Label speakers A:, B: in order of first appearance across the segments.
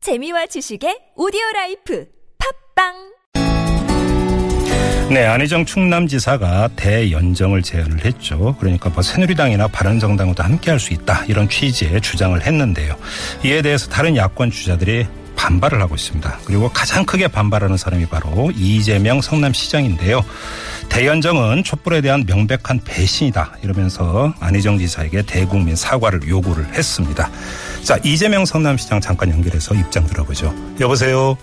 A: 재미와 지식의 오디오 라이프 팝빵
B: 네, 안희정 충남지사가 대연정을 제안을 했죠. 그러니까 뭐 새누리당이나 바른정당과도 함께할 수 있다 이런 취지의 주장을 했는데요. 이에 대해서 다른 야권 주자들이 반발을 하고 있습니다. 그리고 가장 크게 반발하는 사람이 바로 이재명 성남시장인데요. 대연정은 촛불에 대한 명백한 배신이다 이러면서 안희정 지사에게 대국민 사과를 요구를 했습니다. 자, 이재명 성남시장 잠깐 연결해서 입장 들어보죠. 여보세요.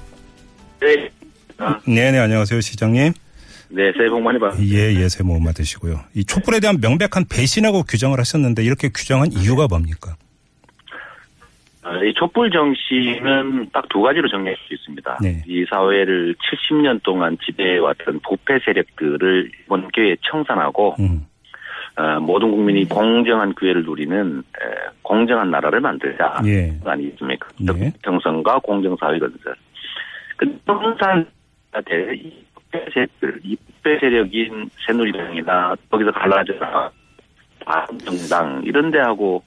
C: 네.
B: 네, 네, 안녕하세요, 시장님.
C: 네, 새해 복 많이 받으세요.
B: 예, 예, 새해 복 받으시고요. 이 촛불에 대한 명백한 배신하고 규정을 하셨는데 이렇게 규정한 이유가 뭡니까?
C: 아, 이 촛불 정신은 딱 두 가지로 정리할 수 있습니다.
B: 네.
C: 이 사회를 70년 동안 지배해왔던 부패 세력들을 이번 기회에 청산하고
B: 음,
C: 아, 모든 국민이 공정한 기회를 누리는 에, 공정한 나라를 만들자
B: 예.
C: 아니겠습니까?
B: 네.
C: 평성과 공정사회 건설. 근데 청산 대이 부패 세력들, 이 부패 세력인 새누리당이나 거기서 갈라져라 바른정당 이런 데하고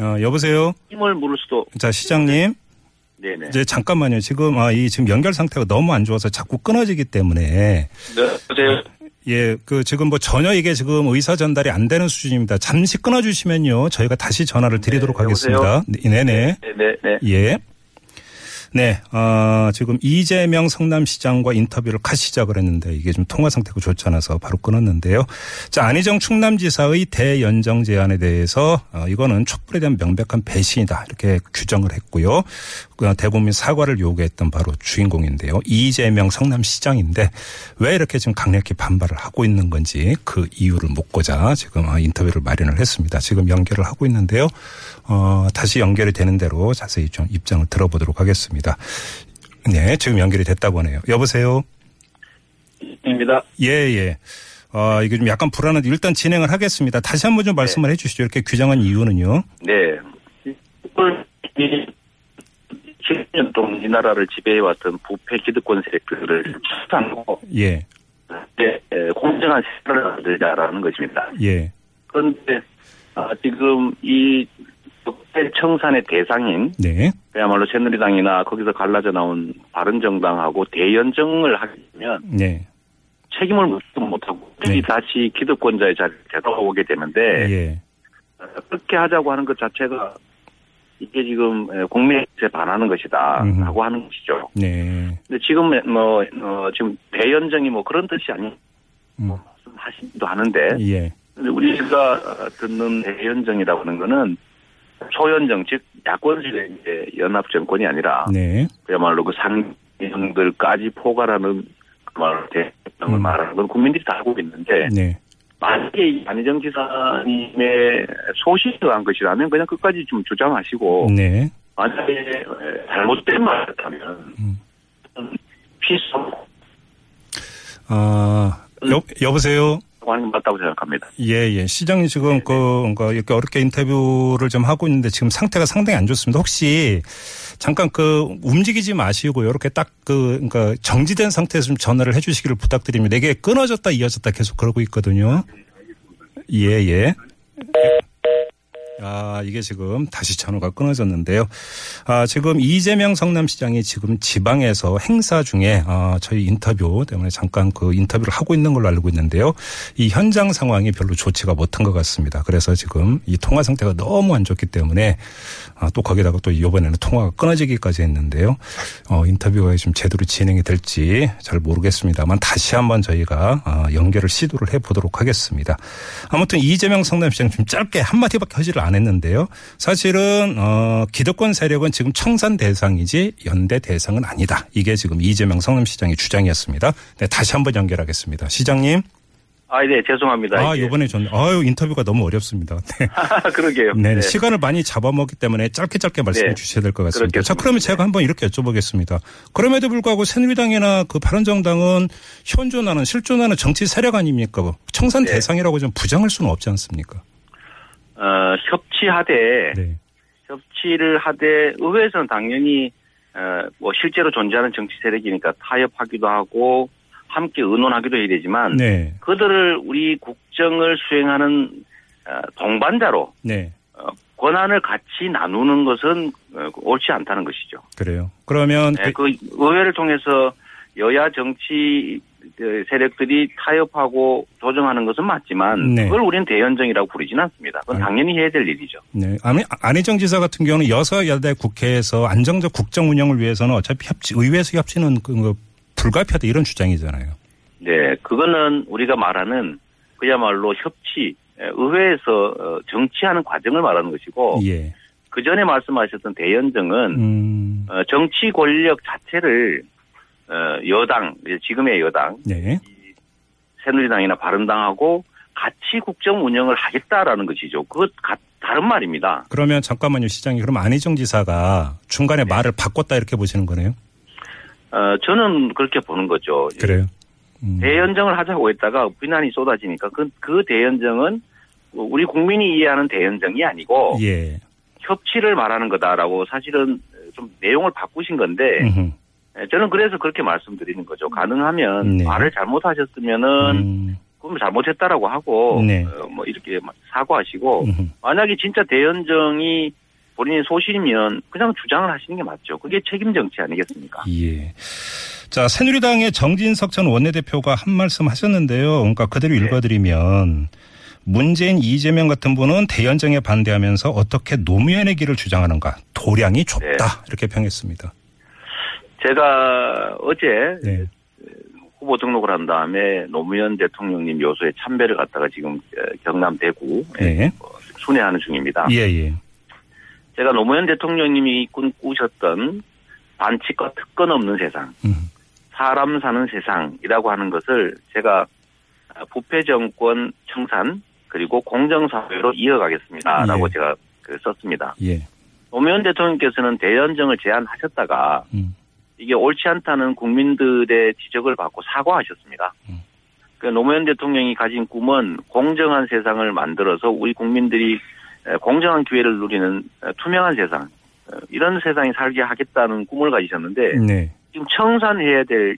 B: 아, 여보세요.
C: 힘을 물을 수도
B: 자, 시장님.
C: 네네.
B: 이제 잠깐만요. 지금 아, 이 지금 연결 상태가 너무 안 좋아서 자꾸 끊어지기 때문에
C: 네,
B: 예, 그 지금 뭐 전혀 이게 지금 의사 전달이 안 되는 수준입니다. 잠시 끊어 주시면요. 저희가 다시 전화를 드리도록
C: 네, 여보세요?
B: 하겠습니다. 네, 네.
C: 네, 네.
B: 예. 네, 아, 지금 이재명 성남시장과 인터뷰를 갓 시작을 했는데 이게 좀 통화 상태가 좋지 않아서 바로 끊었는데요. 자, 안희정 충남지사의 대연정 제안에 대해서 어, 이거는 촛불에 대한 명백한 배신이다 이렇게 규정을 했고요. 그 대국민 사과를 요구했던 바로 주인공인데요. 이재명 성남시장인데 왜 이렇게 지금 강력히 반발을 하고 있는 건지 그 이유를 묻고자 지금 어, 인터뷰를 마련을 했습니다. 지금 연결을 하고 있는데요. 어, 다시 연결이 되는 대로 자세히 좀 입장을 들어보도록 하겠습니다. 네, 지금 연결이 됐다고 하네요. 여보세요?
C: 입니다.
B: 예, 예. 아, 이게 좀 약간 불안한데 일단 진행을 하겠습니다. 다시 한번 좀 말씀을 해 주시죠. 이렇게 규정한 이유는요.
C: 네. 70년 동안 이 나라를 지배해왔던 부패 기득권 세력들을 수상하고
B: 예,
C: 네, 에, 공정한 세상을 만들자라는 것입니다.
B: 예,
C: 그런데 아, 지금 이 부패 청산의 대상인
B: 네,
C: 그야말로 새누리당이나 거기서 갈라져 나온 바른정당하고 대연정을 하게 되면
B: 네,
C: 책임을 묻지도 못하고
B: 네.
C: 다시 기득권자의 자리에 되돌아오게 되는데
B: 예,
C: 그렇게 하자고 하는 것 자체가 이게 지금 예, 국민에 반하는
B: 음.
C: 것이다라고 하는 것이죠.
B: 네.
C: 근데 지금 뭐 어, 지금 대연정이 뭐 그런 뜻이 아니
B: 음,
C: 하시기도 하는데
B: 예,
C: 근데 우리가 어, 듣는 대연정이라고 하는 거는 초연정 즉 야권실의 이제 연합 정권이 아니라
B: 네,
C: 그야말로 그 상인들까지 포괄하는 그말 대연정을
B: 음.
C: 말하는 건 국민들이 다 알고 있는데
B: 네,
C: 만약에 이 안희정 지사님의 소신에 의한 것이라면 그냥 끝까지 좀 주장하시고
B: 네,
C: 만약에 잘못된 말이었다면
B: 음.
C: 피수라고
B: 아, 여, 여보세요?
C: 하는 게 맞다고 생각합니다.
B: 예, 예. 시장이 지금 그, 뭔가 이렇게 어렵게 인터뷰를 좀 하고 있는데 지금 상태가 상당히 안 좋습니다. 혹시 잠깐 그 움직이지 마시고 이렇게 딱 그, 그러니까 정지된 상태에서 좀 전화를 해 주시기를 부탁드립니다. 이게 끊어졌다 이어졌다 계속 그러고 있거든요. 예, 예. 아, 이게 지금 다시 전화가 끊어졌는데요. 아, 지금 이재명 성남시장이 지금 지방에서 행사 중에 아, 저희 인터뷰 때문에 잠깐 그 인터뷰를 하고 있는 걸로 알고 있는데요. 이 현장 상황이 별로 좋지가 못한 것 같습니다. 그래서 지금 이 통화 상태가 너무 안 좋기 때문에 아, 또 거기다가 또 이번에는 통화가 끊어지기까지 했는데요. 어, 인터뷰가 지금 제대로 진행이 될지 잘 모르겠습니다만 다시 한번 저희가 아, 연결을 시도를 해보도록 하겠습니다. 아무튼 이재명 성남시장 좀 짧게 한마디밖에 하지를 안 했는데요. 사실은 어, 기득권 세력은 지금 청산 대상이지 연대 대상은 아니다. 이게 지금 이재명 성남시장의 주장이었습니다. 네, 다시 한번 연결하겠습니다. 시장님.
C: 아, 네, 죄송합니다.
B: 아,
C: 이게.
B: 요번에 전, 아유, 인터뷰가 너무 어렵습니다. 네.
C: 그러게요.
B: 네,
C: 네.
B: 시간을 많이 잡아먹기 때문에 짧게 짧게 말씀해
C: 네.
B: 주셔야 될 것 같습니다. 자,
C: 그렇겠습니다.
B: 그러면 제가 한번 이렇게 여쭤보겠습니다. 그럼에도 불구하고 새누리당이나 그 바른정당은 현존하는 실존하는 정치 세력 아닙니까? 청산
C: 네.
B: 대상이라고 좀 부정할 수는 없지 않습니까?
C: 어, 협치하되
B: 네.
C: 협치를 하되 의회에서는 당연히 어, 뭐 실제로 존재하는 정치 세력이니까 타협하기도 하고 함께 의논하기도 해야 되지만
B: 네.
C: 그들을 우리 국정을 수행하는 어, 동반자로
B: 네.
C: 권한을 같이 나누는 것은 어, 옳지 않다는 것이죠.
B: 그래요. 그러면
C: 예, 그 의회를 통해서 여야 정치 그 세력들이 타협하고 조정하는 것은 맞지만
B: 네.
C: 그걸 우리는 대연정이라고 부르지는 않습니다. 그건
B: 아니.
C: 당연히 해야 될 일이죠.
B: 네. 아니, 안희정 지사 같은 경우는 여서 여대 국회에서 안정적 국정 운영을 위해서는 어차피 협치, 의회에서 협치는 그, 그 불가피하다 이런 주장이잖아요.
C: 네, 그거는 우리가 말하는 그야말로 협치, 예, 의회에서 어, 정치하는 과정을 말하는 것이고
B: 예.
C: 그 전에 말씀하셨던 대연정은
B: 음,
C: 어, 정치 권력 자체를 어, 여당, 이제 지금의 여당,
B: 네.
C: 새누리당이나 바른당하고 같이 국정 운영을 하겠다라는 것이죠. 그것 가- 다른 말입니다.
B: 그러면 잠깐만요, 시장님. 그럼 안희정 지사가 중간에 말을 바꿨다 이렇게 보시는 거네요?
C: 어, 저는 그렇게 보는 거죠.
B: 그래요. 음.
C: 대연정을 하자고 했다가 비난이 쏟아지니까 그, 그 대연정은 우리 국민이 이해하는 대연정이 아니고
B: 예.
C: 협치를 말하는 거다라고 사실은 좀 내용을 바꾸신 건데
B: 음흠.
C: 저는 그래서 그렇게 말씀드리는 거죠. 가능하면
B: 네.
C: 말을 잘못하셨으면은
B: 음,
C: 그럼 잘못했다라고 하고
B: 네.
C: 어, 뭐 이렇게 막 사과하시고
B: 음흠.
C: 만약에 진짜 대연정이 본인의 소신이면 그냥 주장을 하시는 게 맞죠. 그게 책임 정치 아니겠습니까?
B: 예. 자, 새누리당의 정진석 전 원내대표가 한 말씀 하셨는데요. 그러니까 그대로 읽어드리면 문재인 이재명 같은 분은 대연정에 반대하면서 어떻게 노무현의 길을 주장하는가 도량이 좁다 이렇게 평했습니다.
C: 제가 어제
B: 네.
C: 후보 등록을 한 다음에 노무현 대통령님 요소에 참배를 갔다가 지금 어, 경남 대구 에
B: 네.
C: 순회하는 중입니다.
B: 예, 예.
C: 제가 노무현 대통령님이 꿈꾸셨던 반칙과 특권 없는 세상,
B: 음.
C: 사람 사는 세상이라고 하는 것을 제가 어, 부패 정권 청산 그리고 공정 사회로 이어가겠습니다라고
B: 예.
C: 제가 그 썼습니다.
B: 예.
C: 노무현 대통령께서는 대연정을 제안하셨다가
B: 음.
C: 이게 옳지 않다는 국민들의 지적을 받고 사과하셨습니다.
B: 음.
C: 그 노무현 대통령이 가진 꿈은 공정한 세상을 만들어서 우리 국민들이 에, 공정한 기회를 누리는 에, 투명한 세상 어, 이런 세상에 살게 하겠다는 꿈을 가지셨는데
B: 네.
C: 지금 청산해야 될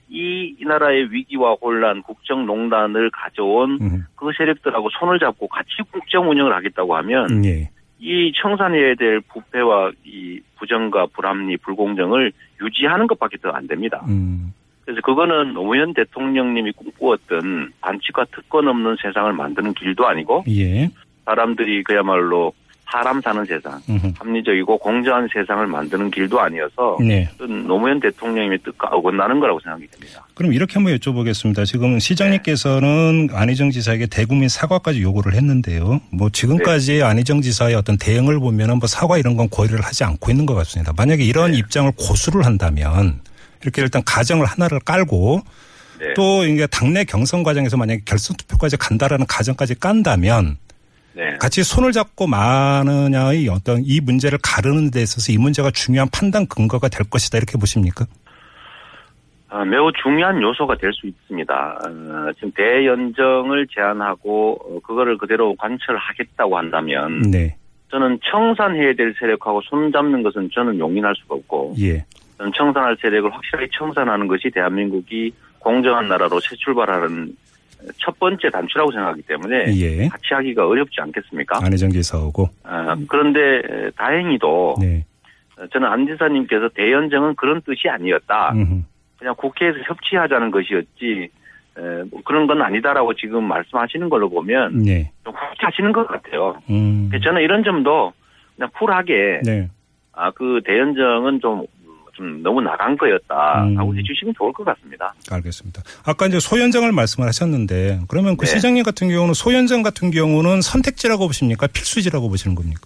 C: 이 나라의 위기와 혼란 국정농단을 가져온
B: 음.
C: 그 세력들하고 손을 잡고 같이 국정 운영을 하겠다고 하면
B: 예.
C: 이 청산해야 될 부패와 이 부정과 불합리 불공정을 유지하는 것밖에 더 안 됩니다.
B: 음.
C: 그래서 그거는 노무현 대통령님이 꿈꾸었던 반칙과 특권 없는 세상을 만드는 길도 아니고
B: 예.
C: 사람들이 그야말로 사람 사는 세상,
B: 음흠.
C: 합리적이고 공정한 세상을 만드는 길도 아니어서
B: 네.
C: 어떤 노무현 대통령님의 뜻과 어긋나는 거라고 생각이 됩니다.
B: 그럼 이렇게 한번 여쭤보겠습니다. 지금 시장님께서는
C: 네.
B: 안희정 지사에게 대국민 사과까지 요구를 했는데요. 뭐 지금까지의
C: 네.
B: 안희정 지사의 어떤 대응을 보면은 뭐 사과 이런 건 고려를 하지 않고 있는 것 같습니다. 만약에
C: 네.
B: 이런 입장을 고수를 한다면 이렇게 일단 가정을 하나를 깔고
C: 네.
B: 또 이게 당내 경선 과정에서 만약에 결선 투표까지 간다라는 가정까지 깐다면
C: 네.
B: 같이 손을 잡고 마느냐의 어떤 이 문제를 가르는 데 있어서 이 문제가 중요한 판단 근거가 될 것이다 이렇게 보십니까?
C: 아, 매우 중요한 요소가 될 수 있습니다. 어, 지금 대연정을 제안하고 어, 그거를 그대로 관철하겠다고 한다면
B: 네.
C: 저는 청산해야 될 세력하고 손잡는 것은 저는 용인할 수가 없고
B: 예.
C: 저는 음, 청산할 세력을 확실하게 청산하는 것이 대한민국이 공정한 나라로 새 출발하는 첫 번째 단추라고 생각하기 때문에
B: 예. 아,
C: 같이 하기가 어렵지 않겠습니까?
B: 안희정 지사하고
C: 어,
B: 예.
C: 그런데 에, 다행히도
B: 네.
C: 어, 저는 안 지사님께서 대연정은 그런 뜻이 아니었다.
B: 음흠.
C: 그냥 국회에서 협치하자는 것이었지 에, 뭐 그런 건 아니다라고 지금 말씀하시는 걸로 보면
B: 네.
C: 좀 훅하시는 것 같아요.
B: 음.
C: 그래서 저는 이런 점도 그냥 쿨하게
B: 네.
C: 아 그 대연정은 좀, 좀 너무 나간 거였다라고
B: 음.
C: 해주시면 좋을 것 같습니다.
B: 알겠습니다. 아까 이제 소연장을 말씀을 하셨는데 그러면 그
C: 네.
B: 시장님 같은 경우는 소연장 같은 경우는 선택지라고 보십니까? 필수지라고 보시는 겁니까?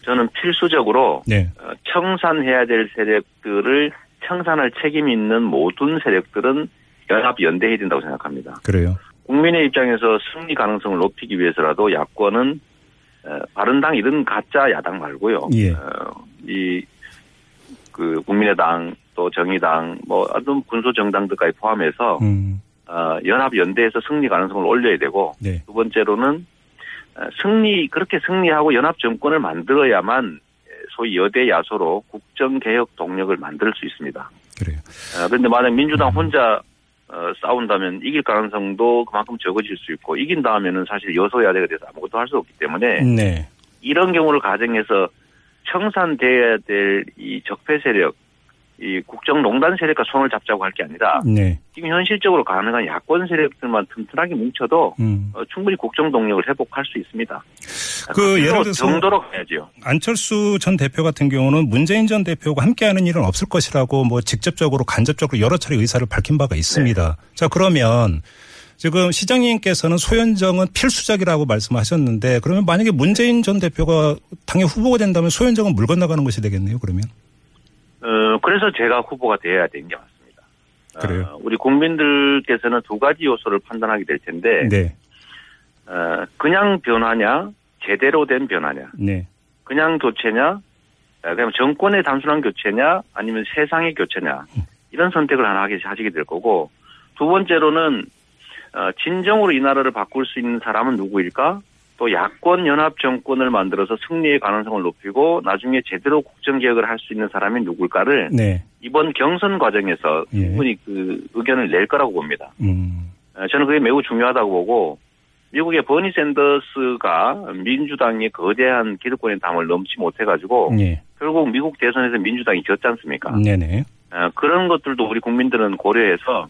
C: 저는 필수적으로
B: 네.
C: 어, 청산해야 될 세력들을 청산할 책임 있는 모든 세력들은 연합 연대해야 된다고 생각합니다.
B: 그래요.
C: 국민의 입장에서 승리 가능성을 높이기 위해서라도 야권은 어, 바른당 이런 가짜 야당 말고요. 어,
B: 예.
C: 이그 그 국민의당 또 정의당 뭐 어떤 군소 정당들까지 포함해서
B: 음.
C: 어, 연합 연대에서 승리 가능성을 올려야 되고
B: 네.
C: 두 번째로는 어, 승리 그렇게 승리하고 연합 정권을 만들어야만 에, 소위 여대 야소로 국정 개혁 동력을 만들 수 있습니다.
B: 그래요.
C: 어, 그런데 만약 민주당 혼자 어, 싸운다면 이길 가능성도 그만큼 적어질 수 있고 이긴 다음에는 사실 여소야대가 돼서 아무것도 할 수 없기 때문에
B: 네.
C: 이런 경우를 가정해서 청산돼야 될 이 적폐 세력, 이 국정농단 세력과 손을 잡자고 할 게 아니라
B: 네.
C: 지금 현실적으로 가능한 야권 세력들만 튼튼하게 뭉쳐도
B: 음.
C: 어, 충분히 국정 동력을 회복할 수 있습니다.
B: 그 예를
C: 그
B: 들어서
C: 정도로 가야죠.
B: 안철수 전 대표 같은 경우는 문재인 전 대표하고 함께하는 일은 없을 것이라고 뭐 직접적으로 간접적으로 여러 차례 의사를 밝힌 바가 있습니다. 자 그러면 지금 시장님께서는 소현정은 필수작이라고 말씀하셨는데 그러면 만약에 문재인 전 대표가 당의 후보가 된다면 소현정은 물 건너가는 것이 되겠네요. 그러면
C: 어, 그래서 제가 후보가 돼야 되는 게 맞습니다. 어,
B: 그래요?
C: 우리 국민들께서는 두 가지 요소를 판단하게 될 텐데
B: 네,
C: 어, 그냥 변화냐 제대로 된 변화냐
B: 네,
C: 그냥 교체냐 어, 그냥 정권의 단순한 교체냐 아니면 세상의 교체냐 이런 선택을 하나 하게- 하시게 될 거고 두 번째로는 어, 진정으로 이 나라를 바꿀 수 있는 사람은 누구일까 또 야권 연합 정권을 만들어서 승리의 가능성을 높이고 나중에 제대로 국정 개혁을 할 수 있는 사람이 누굴까를
B: 네.
C: 이번 경선 과정에서
B: 예.
C: 충분히 그 의견을 낼 거라고 봅니다.
B: 음,
C: 어, 저는 그게 매우 중요하다고 보고 미국의 버니 샌더스가 민주당이 거대한 기득권의 당을 넘지 못해가지고
B: 예,
C: 결국 미국 대선에서 민주당이 졌지 않습니까?
B: 네, 네,
C: 어, 그런 것들도 우리 국민들은 고려해서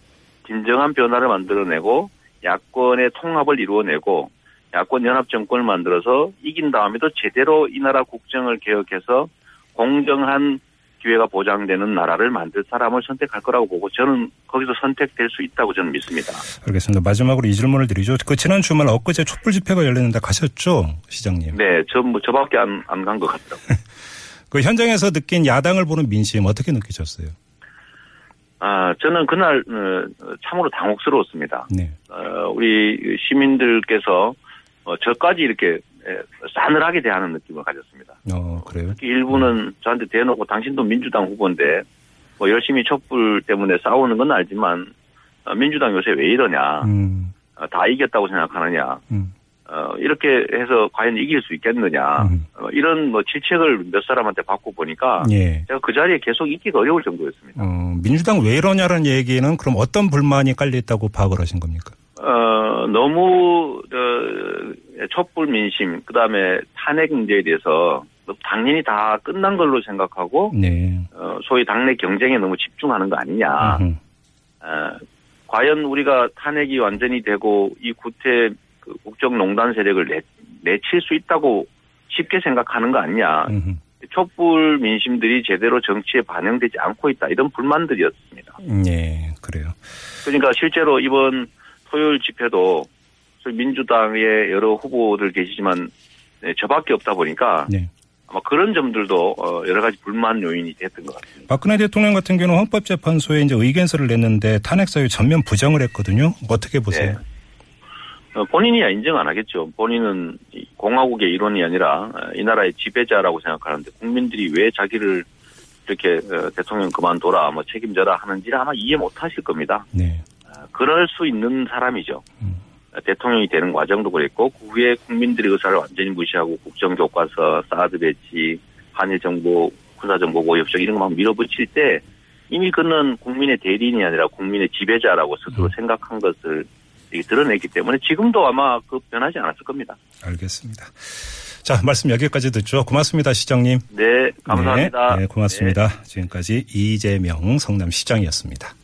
C: 진정한 변화를 만들어내고 야권의 통합을 이루어내고 야권 연합 정권을 만들어서 이긴 다음에도 제대로 이 나라 국정을 개혁해서 공정한 기회가 보장되는 나라를 만들 사람을 선택할 거라고 보고 저는 거기서 선택될 수 있다고 저는 믿습니다.
B: 알겠습니다. 마지막으로 이 질문을 드리죠. 그 지난 주말 엊그제 촛불 집회가 열렸는데 가셨죠, 시장님?
C: 네, 저, 뭐, 저밖에 안, 안 간 것 같더라고요.
B: 그 현장에서 느낀 야당을 보는 민심 어떻게 느끼셨어요?
C: 아, 저는 그날, 어, 참으로 당혹스러웠습니다.
B: 네.
C: 어, 우리 시민들께서, 어, 저까지 이렇게, 에, 싸늘하게 대하는 느낌을 가졌습니다.
B: 어, 그래요?
C: 특히 일부는 저한테 대놓고 당신도 민주당 후보인데, 뭐, 열심히 촛불 때문에 싸우는 건 알지만, 어, 민주당 요새 왜 이러냐,
B: 음,
C: 어, 다 이겼다고 생각하느냐,
B: 음,
C: 어, 이렇게 해서 과연 이길 수 있겠느냐,
B: 음.
C: 어, 이런 뭐 질책을 몇 사람한테 받고 보니까,
B: 예.
C: 제가 그 자리에 계속 있기가 어려울 정도였습니다.
B: 어, 민주당 왜 이러냐라는 얘기는 그럼 어떤 불만이 깔려있다고 파악을 하신 겁니까?
C: 어, 너무, 어, 촛불 민심, 그 다음에 탄핵 문제에 대해서 당연히 다 끝난 걸로 생각하고,
B: 네.
C: 어, 소위 당내 경쟁에 너무 집중하는 거 아니냐.
B: 음흠.
C: 어, 과연 우리가 탄핵이 완전히 되고 이 구태 그 국정농단 세력을 내, 내칠 수 있다고 쉽게 생각하는 거 아니냐.
B: 음흠.
C: 촛불 민심들이 제대로 정치에 반영되지 않고 있다. 이런 불만들이었습니다.
B: 예, 그래요.
C: 그러니까 실제로 이번 토요일 집회도 소위 민주당의 여러 후보들 계시지만 네, 저밖에 없다 보니까
B: 네.
C: 아마 그런 점들도 어, 여러 가지 불만 요인이 됐던 것 같습니다.
B: 박근혜 대통령 같은 경우는 헌법재판소에 이제 의견서를 냈는데 탄핵 사유 전면 부정을 했거든요. 어떻게 보세요?
C: 네. 어, 본인이야 인정 안 하겠죠. 본인은 이 공화국의 일원이 아니라 어, 이 나라의 지배자라고 생각하는데 국민들이 왜 자기를 이렇게 어, 대통령 그만둬라 뭐 책임져라 하는지를 아마 이해 못하실 겁니다.
B: 네.
C: 그럴 수 있는 사람이죠. 대통령이 되는 과정도 그랬고 그 후에 국민들의 의사를 완전히 무시하고 국정교과서, 사드 배치, 한일정보, 군사정보보호협정 이런 것만 밀어붙일 때 이미 그는 국민의 대리인이 아니라 국민의 지배자라고 스스로 생각한 것을 이렇게 드러냈기 때문에 지금도 아마 그 변하지 않았을 겁니다.
B: 알겠습니다. 자, 말씀 여기까지 듣죠. 고맙습니다, 시장님.
C: 네, 감사합니다.
B: 네, 네, 고맙습니다. 지금까지 이재명 성남시장이었습니다.